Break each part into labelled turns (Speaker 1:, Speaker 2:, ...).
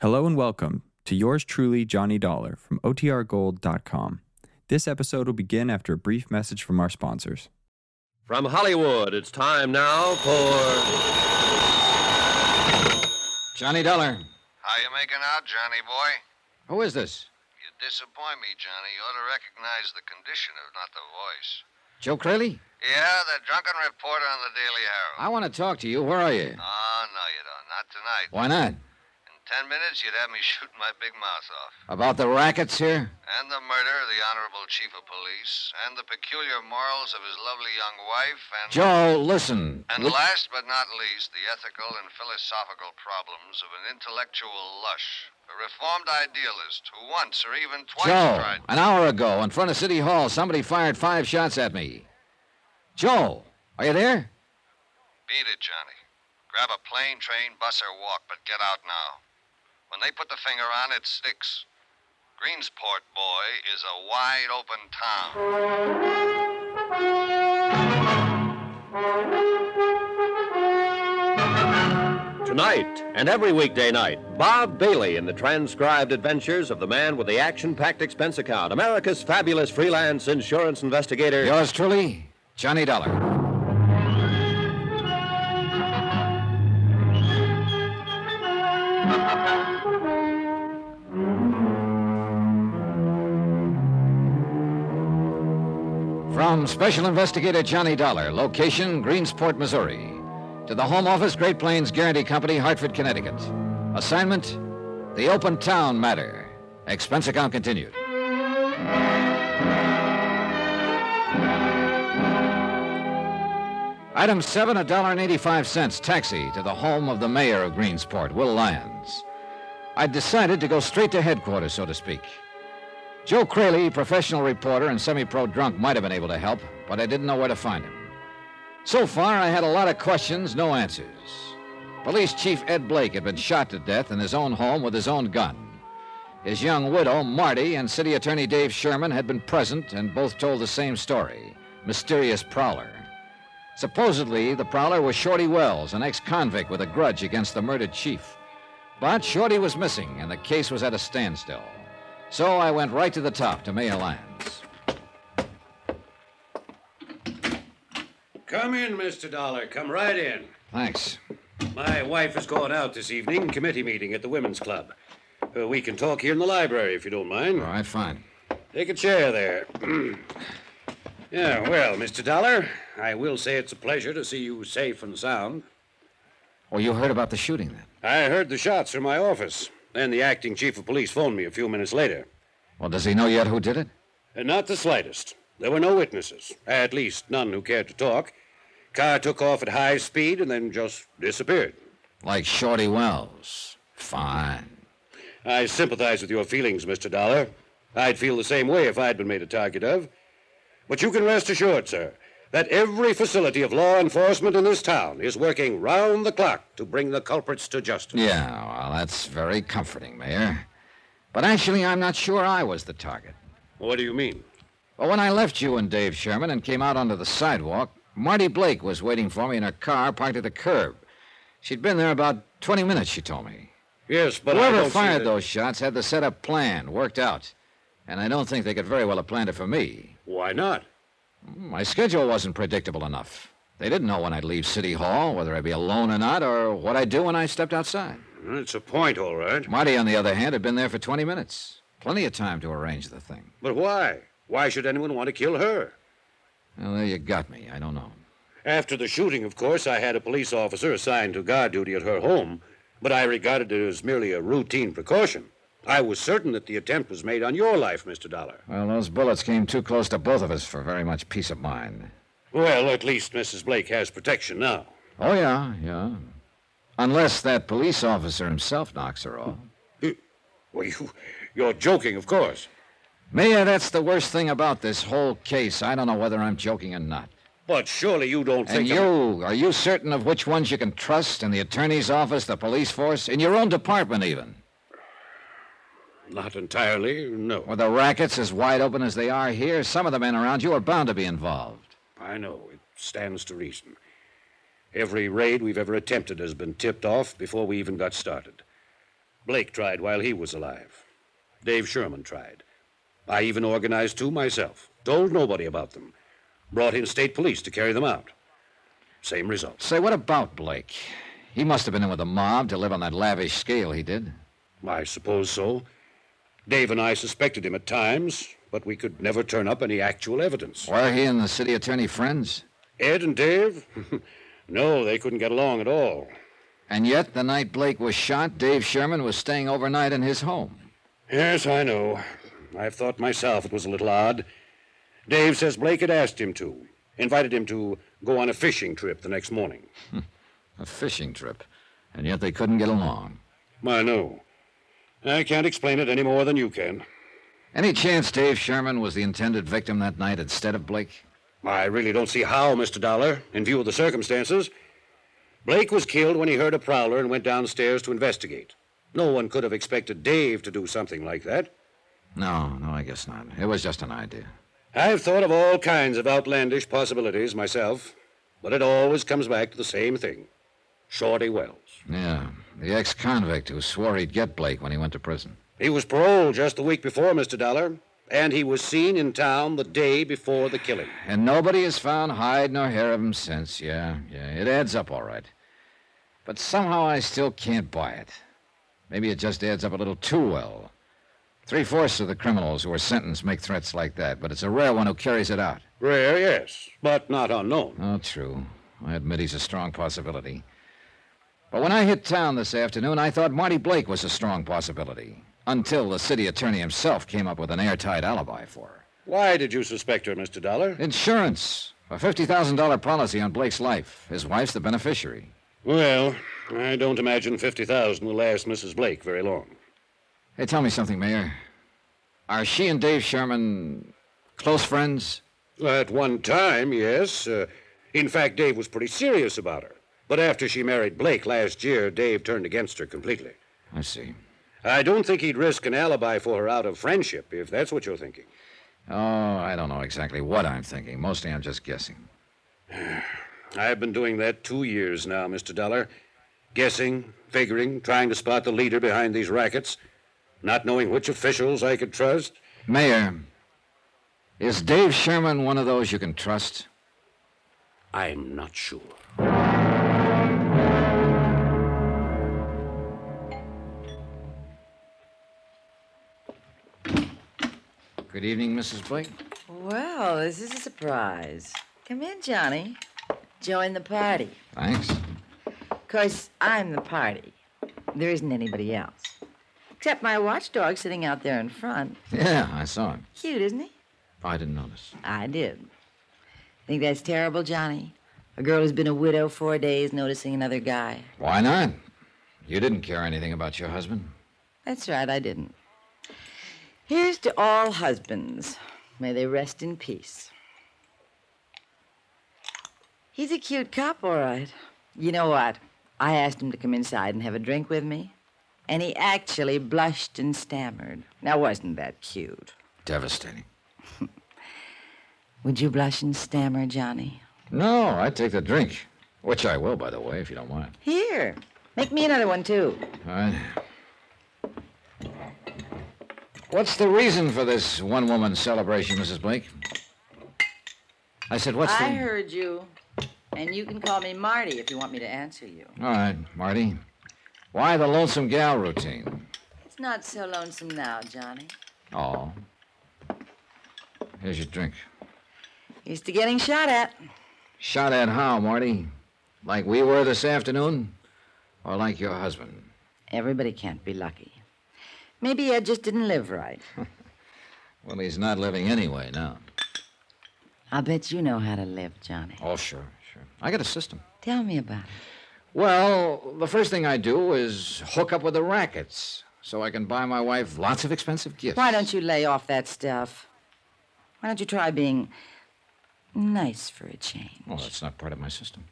Speaker 1: Hello and welcome to yours truly, Johnny Dollar from OTRGold.com. This episode will begin after a brief message from our sponsors.
Speaker 2: From Hollywood, it's time now for.
Speaker 3: Johnny Dollar.
Speaker 4: How you making out, Johnny boy?
Speaker 3: Who is this?
Speaker 4: You disappoint me, Johnny. You ought to recognize the condition, if not the voice.
Speaker 3: Joe Crayley?
Speaker 4: Yeah, the drunken reporter on the Daily Herald.
Speaker 3: I want to talk to you. Where are you?
Speaker 4: Oh, no, you don't. Not tonight.
Speaker 3: Why not?
Speaker 4: In ten minutes, you'd have me shooting my big mouth off.
Speaker 3: About the rackets here?
Speaker 4: And the murder of the honorable chief of police, and the peculiar morals of his lovely young wife, and.
Speaker 3: Joe, listen.
Speaker 4: and
Speaker 3: Look-
Speaker 4: last but not least, the ethical and philosophical problems of an intellectual lush, a reformed idealist who once or even twice
Speaker 3: Joe,
Speaker 4: tried.
Speaker 3: an hour ago in front of City Hall, somebody fired five shots at me. Joe, are you there?
Speaker 4: Beat it, Johnny. Grab a plane, train, bus, or walk, but get out now. When they put the finger on, it sticks. Greensport, boy, is a wide open town.
Speaker 2: Tonight and every weekday night, Bob Bailey in the transcribed adventures of the man with the action packed expense account, America's fabulous freelance insurance investigator.
Speaker 3: Yours truly, Johnny Dollar. From Special Investigator Johnny Dollar, location Greensport, Missouri, to the Home Office, Great Plains Guarantee Company, Hartford, Connecticut. Assignment The Open Town Matter. Expense account continued. Item seven, a dollar and eighty-five cents taxi to the home of the mayor of Greensport, Will Lyons. I decided to go straight to headquarters, so to speak. Joe Crayley, professional reporter and semi-pro drunk, might have been able to help, but I didn't know where to find him. So far, I had a lot of questions, no answers. Police Chief Ed Blake had been shot to death in his own home with his own gun. His young widow, Marty, and city attorney Dave Sherman had been present and both told the same story mysterious prowler. Supposedly, the prowler was Shorty Wells, an ex convict with a grudge against the murdered chief. But Shorty was missing, and the case was at a standstill. So I went right to the top to Mayor Lyons.
Speaker 5: Come in, Mr. Dollar. Come right in.
Speaker 3: Thanks.
Speaker 5: My wife is going out this evening, committee meeting at the Women's Club. Uh, we can talk here in the library if you don't mind.
Speaker 3: All right, fine.
Speaker 5: Take a chair there. yeah, well, Mr. Dollar, I will say it's a pleasure to see you safe and sound.
Speaker 3: Well, Oh, you heard about the shooting then?
Speaker 5: I heard the shots from my office. Then the acting chief of police phoned me a few minutes later.
Speaker 3: Well, does he know yet who did it?
Speaker 5: And not the slightest. There were no witnesses, at least none who cared to talk. Car took off at high speed and then just disappeared.
Speaker 3: Like Shorty Wells. Fine.
Speaker 5: I sympathize with your feelings, Mr. Dollar. I'd feel the same way if I'd been made a target of. But you can rest assured, sir, that every facility of law enforcement in this town is working round the clock to bring the culprits to justice.
Speaker 3: Yeah, well, that's very comforting, Mayor. But actually, I'm not sure I was the target.
Speaker 5: What do you mean?
Speaker 3: Well, when I left you and Dave Sherman and came out onto the sidewalk, Marty Blake was waiting for me in her car parked at the curb. She'd been there about 20 minutes, she told me.
Speaker 5: Yes, but I
Speaker 3: Whoever
Speaker 5: don't see
Speaker 3: fired
Speaker 5: that-
Speaker 3: those shots had the setup planned, worked out. And I don't think they could very well have planned it for me.
Speaker 5: Why not?
Speaker 3: My schedule wasn't predictable enough. They didn't know when I'd leave City Hall, whether I'd be alone or not, or what I'd do when I stepped outside.
Speaker 5: It's a point, all right.
Speaker 3: Marty, on the other hand, had been there for 20 minutes. Plenty of time to arrange the thing.
Speaker 5: But why? Why should anyone want to kill her?
Speaker 3: Well, there you got me. I don't know.
Speaker 5: After the shooting, of course, I had a police officer assigned to guard duty at her home, but I regarded it as merely a routine precaution. I was certain that the attempt was made on your life, Mr. Dollar.
Speaker 3: Well, those bullets came too close to both of us for very much peace of mind.
Speaker 5: Well, at least Mrs. Blake has protection now.
Speaker 3: Oh, yeah, yeah. Unless that police officer himself knocks her off.
Speaker 5: Well, you, you're joking, of course.
Speaker 3: Mia, that's the worst thing about this whole case. I don't know whether I'm joking or not.
Speaker 5: But surely you don't
Speaker 3: And
Speaker 5: think.
Speaker 3: you,
Speaker 5: I'm-
Speaker 3: are you certain of which ones you can trust in the attorney's office, the police force, in your own department, even?
Speaker 5: Not entirely, no.
Speaker 3: With the rackets as wide open as they are here, some of the men around you are bound to be involved.
Speaker 5: I know. It stands to reason. Every raid we've ever attempted has been tipped off before we even got started. Blake tried while he was alive. Dave Sherman tried. I even organized two myself. Told nobody about them. Brought in state police to carry them out. Same results.
Speaker 3: Say, what about Blake? He must have been in with the mob to live on that lavish scale he did.
Speaker 5: I suppose so. Dave and I suspected him at times, but we could never turn up any actual evidence.
Speaker 3: Were he and the city attorney friends?
Speaker 5: Ed and Dave? no, they couldn't get along at all.
Speaker 3: And yet, the night Blake was shot, Dave Sherman was staying overnight in his home.
Speaker 5: Yes, I know. I've thought myself it was a little odd. Dave says Blake had asked him to, invited him to go on a fishing trip the next morning.
Speaker 3: A fishing trip. And yet they couldn't get along.
Speaker 5: I know. I can't explain it any more than you can.
Speaker 3: Any chance Dave Sherman was the intended victim that night instead of Blake?
Speaker 5: I really don't see how, Mr. Dollar, in view of the circumstances. Blake was killed when he heard a prowler and went downstairs to investigate. No one could have expected Dave to do something like that.
Speaker 3: No, no, I guess not. It was just an idea.
Speaker 5: I've thought of all kinds of outlandish possibilities myself, but it always comes back to the same thing Shorty Wells.
Speaker 3: Yeah, the ex convict who swore he'd get Blake when he went to prison.
Speaker 5: He was paroled just the week before, Mr. Dollar, and he was seen in town the day before the killing.
Speaker 3: And nobody has found hide nor hair of him since. Yeah, yeah, it adds up all right. But somehow I still can't buy it. Maybe it just adds up a little too well. Three fourths of the criminals who are sentenced make threats like that, but it's a rare one who carries it out.
Speaker 5: Rare, yes, but not unknown.
Speaker 3: Oh, true. I admit he's a strong possibility. But when I hit town this afternoon, I thought Marty Blake was a strong possibility. Until the city attorney himself came up with an airtight alibi for her.
Speaker 5: Why did you suspect her, Mr. Dollar?
Speaker 3: Insurance. A $50,000 policy on Blake's life. His wife's the beneficiary.
Speaker 5: Well, I don't imagine 50000 will last Mrs. Blake very long.
Speaker 3: Hey, tell me something, Mayor. Are she and Dave Sherman close friends?
Speaker 5: At one time, yes. Uh, in fact, Dave was pretty serious about her. But after she married Blake last year, Dave turned against her completely.
Speaker 3: I see.
Speaker 5: I don't think he'd risk an alibi for her out of friendship, if that's what you're thinking.
Speaker 3: Oh, I don't know exactly what I'm thinking. Mostly I'm just guessing.
Speaker 5: I've been doing that two years now, Mr. Dollar. Guessing, figuring, trying to spot the leader behind these rackets, not knowing which officials I could trust.
Speaker 3: Mayor, is Dave Sherman one of those you can trust?
Speaker 5: I'm not sure.
Speaker 3: Good evening, Mrs. Blake.
Speaker 6: Well, this is a surprise. Come in, Johnny. Join the party.
Speaker 3: Thanks.
Speaker 6: Of course, I'm the party. There isn't anybody else. Except my watchdog sitting out there in front.
Speaker 3: Yeah, I saw him.
Speaker 6: Cute, isn't he?
Speaker 3: I didn't notice.
Speaker 6: I did. Think that's terrible, Johnny? A girl who's been a widow four days noticing another guy.
Speaker 3: Why not? You didn't care anything about your husband.
Speaker 6: That's right, I didn't. Here's to all husbands. May they rest in peace. He's a cute cop, all right. You know what? I asked him to come inside and have a drink with me, and he actually blushed and stammered. Now, wasn't that cute?
Speaker 3: Devastating.
Speaker 6: Would you blush and stammer, Johnny?
Speaker 3: No, I take the drink. Which I will, by the way, if you don't mind.
Speaker 6: Here, make me another one, too.
Speaker 3: All right. What's the reason for this one woman celebration, Mrs. Blake? I said, what's
Speaker 6: I
Speaker 3: the.
Speaker 6: heard you, and you can call me Marty if you want me to answer you.
Speaker 3: All right, Marty. Why the lonesome gal routine?
Speaker 6: It's not so lonesome now, Johnny.
Speaker 3: Oh. Here's your drink.
Speaker 6: Used to getting shot at.
Speaker 3: Shot at how, Marty? Like we were this afternoon? Or like your husband?
Speaker 6: Everybody can't be lucky. Maybe Ed just didn't live right.
Speaker 3: Well, he's not living anyway now.
Speaker 6: I'll bet you know how to live, Johnny.
Speaker 3: Oh, sure, sure. I got a system.
Speaker 6: Tell me about it.
Speaker 3: Well, the first thing I do is hook up with the rackets so I can buy my wife lots of expensive gifts.
Speaker 6: Why don't you lay off that stuff? Why don't you try being nice for a change?
Speaker 3: Well, that's not part of my system.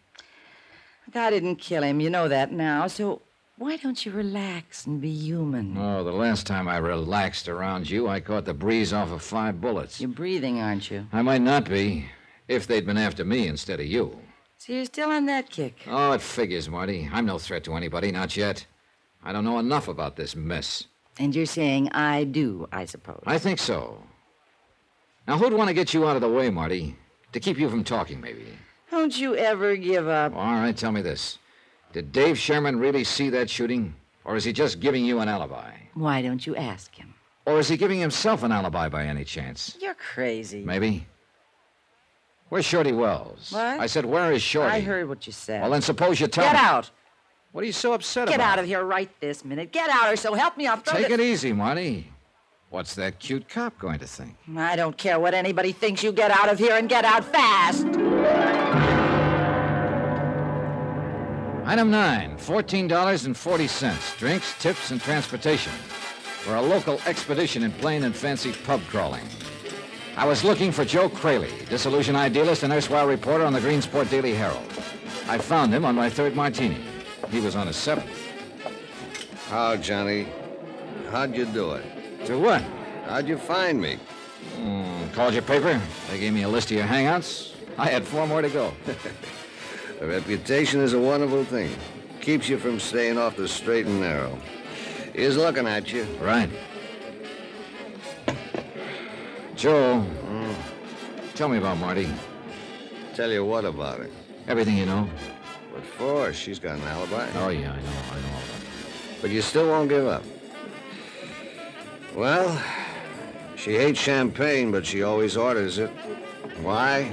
Speaker 6: Look, I didn't kill him. You know that now. So why don't you relax and be human?
Speaker 3: Oh, the last time I relaxed around you, I caught the breeze off of five bullets.
Speaker 6: You're breathing, aren't you?
Speaker 3: I might not be if they'd been after me instead of you.
Speaker 6: So you're still on that kick.
Speaker 3: Oh, it figures, Marty. I'm no threat to anybody, not yet. I don't know enough about this mess.
Speaker 6: And you're saying I do, I suppose.
Speaker 3: I think so. Now, who'd want to get you out of the way, Marty? To keep you from talking, maybe.
Speaker 6: Don't you ever give up.
Speaker 3: All right, tell me this. Did Dave Sherman really see that shooting? Or is he just giving you an alibi?
Speaker 6: Why don't you ask him?
Speaker 3: Or is he giving himself an alibi by any chance?
Speaker 6: You're crazy.
Speaker 3: Maybe. Where's Shorty Wells?
Speaker 6: What?
Speaker 3: I said, where is Shorty?
Speaker 6: I heard what you said.
Speaker 3: Well, then suppose you tell
Speaker 6: Get
Speaker 3: me.
Speaker 6: out.
Speaker 3: What are you so upset
Speaker 6: Get
Speaker 3: about?
Speaker 6: out of here right this minute. Get out, or so help me, I'll throw
Speaker 3: Take
Speaker 6: this-
Speaker 3: it easy, Marty. What's that cute cop going to think?
Speaker 6: I don't care what anybody thinks. You get out of here and get out fast.
Speaker 3: Item nine, fourteen dollars and forty cents. Drinks, tips, and transportation. For a local expedition in plain and fancy pub crawling. I was looking for Joe Crayley, disillusioned idealist and erstwhile reporter on the Greensport Daily Herald. I found him on my third martini. He was on his seventh.
Speaker 5: How, Johnny? How'd you do it?
Speaker 3: To what?
Speaker 5: How'd you find me?
Speaker 3: Hmm, called your paper. They gave me a list of your hangouts. I had four more to go.
Speaker 5: A reputation is a wonderful thing. Keeps you from staying off the straight and narrow. He's looking at you.
Speaker 3: right. Joe, tell me about Marty.
Speaker 5: Tell you what about her.
Speaker 3: Everything you know.
Speaker 5: What for? She's got an alibi.
Speaker 3: Oh, yeah, I know, I know.
Speaker 5: But you still won't give up. Well, she hates champagne, but she always orders it. Why?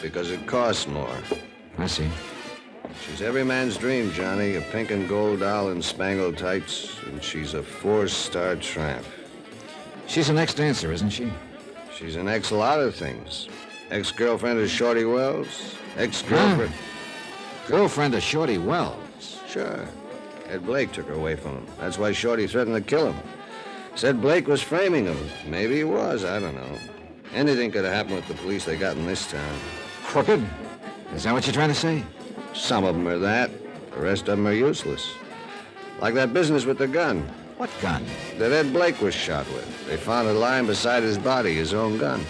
Speaker 5: Because it costs more.
Speaker 3: I see.
Speaker 5: She's every man's dream, Johnny. A pink and gold doll in spangled tights, and she's a four-star tramp.
Speaker 3: She's an ex-dancer, isn't she?
Speaker 5: She's an ex lot of things. Ex-girlfriend of Shorty Wells. Ex-girlfriend.
Speaker 3: Girlfriend of Shorty Wells.
Speaker 5: Sure. Ed Blake took her away from him. That's why Shorty threatened to kill him. Said Blake was framing him. Maybe he was. I don't know. Anything could have happened with the police they got in this town.
Speaker 3: Crooked? Is that what you're trying to say?
Speaker 5: Some of them are that. The rest of them are useless. Like that business with the gun
Speaker 3: What gun?
Speaker 5: that Ed Blake was shot with. They found it lying beside his body, his own gun.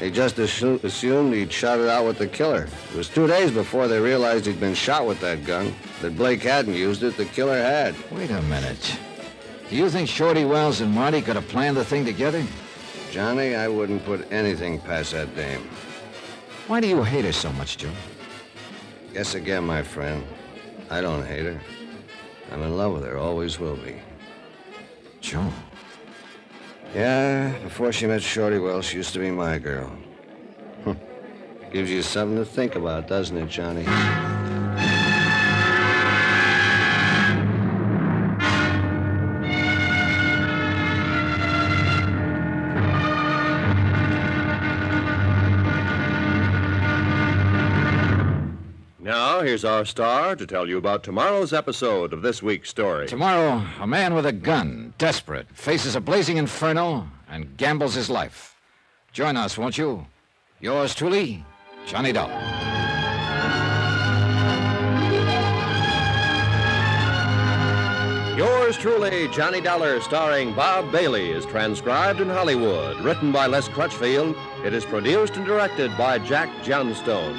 Speaker 5: They just assu- assumed he'd shot it out with the killer. It was two days before they realized he'd been shot with that gun, that Blake hadn't used it, the killer had.
Speaker 3: Wait a minute. Do you think Shorty Wells and Marty could have planned the thing together?
Speaker 5: Johnny, I wouldn't put anything past that dame.
Speaker 3: Why do you hate her so much, Joe?
Speaker 5: Guess again, my friend. I don't hate her. I'm in love with her, always will be.
Speaker 3: Joe.
Speaker 5: Yeah, before she met Shorty Wells, she used to be my girl. Huh. Gives you something to think about, doesn't it, Johnny?
Speaker 7: Now, here's our star to tell you about tomorrow's episode of this week's story.
Speaker 3: Tomorrow, a man with a gun, desperate, faces a blazing inferno and gambles his life. Join us, won't you? Yours truly, Johnny Dollar.
Speaker 7: Yours truly, Johnny Dollar, starring Bob Bailey, is transcribed in Hollywood. Written by Les Crutchfield, it is produced and directed by Jack Johnstone.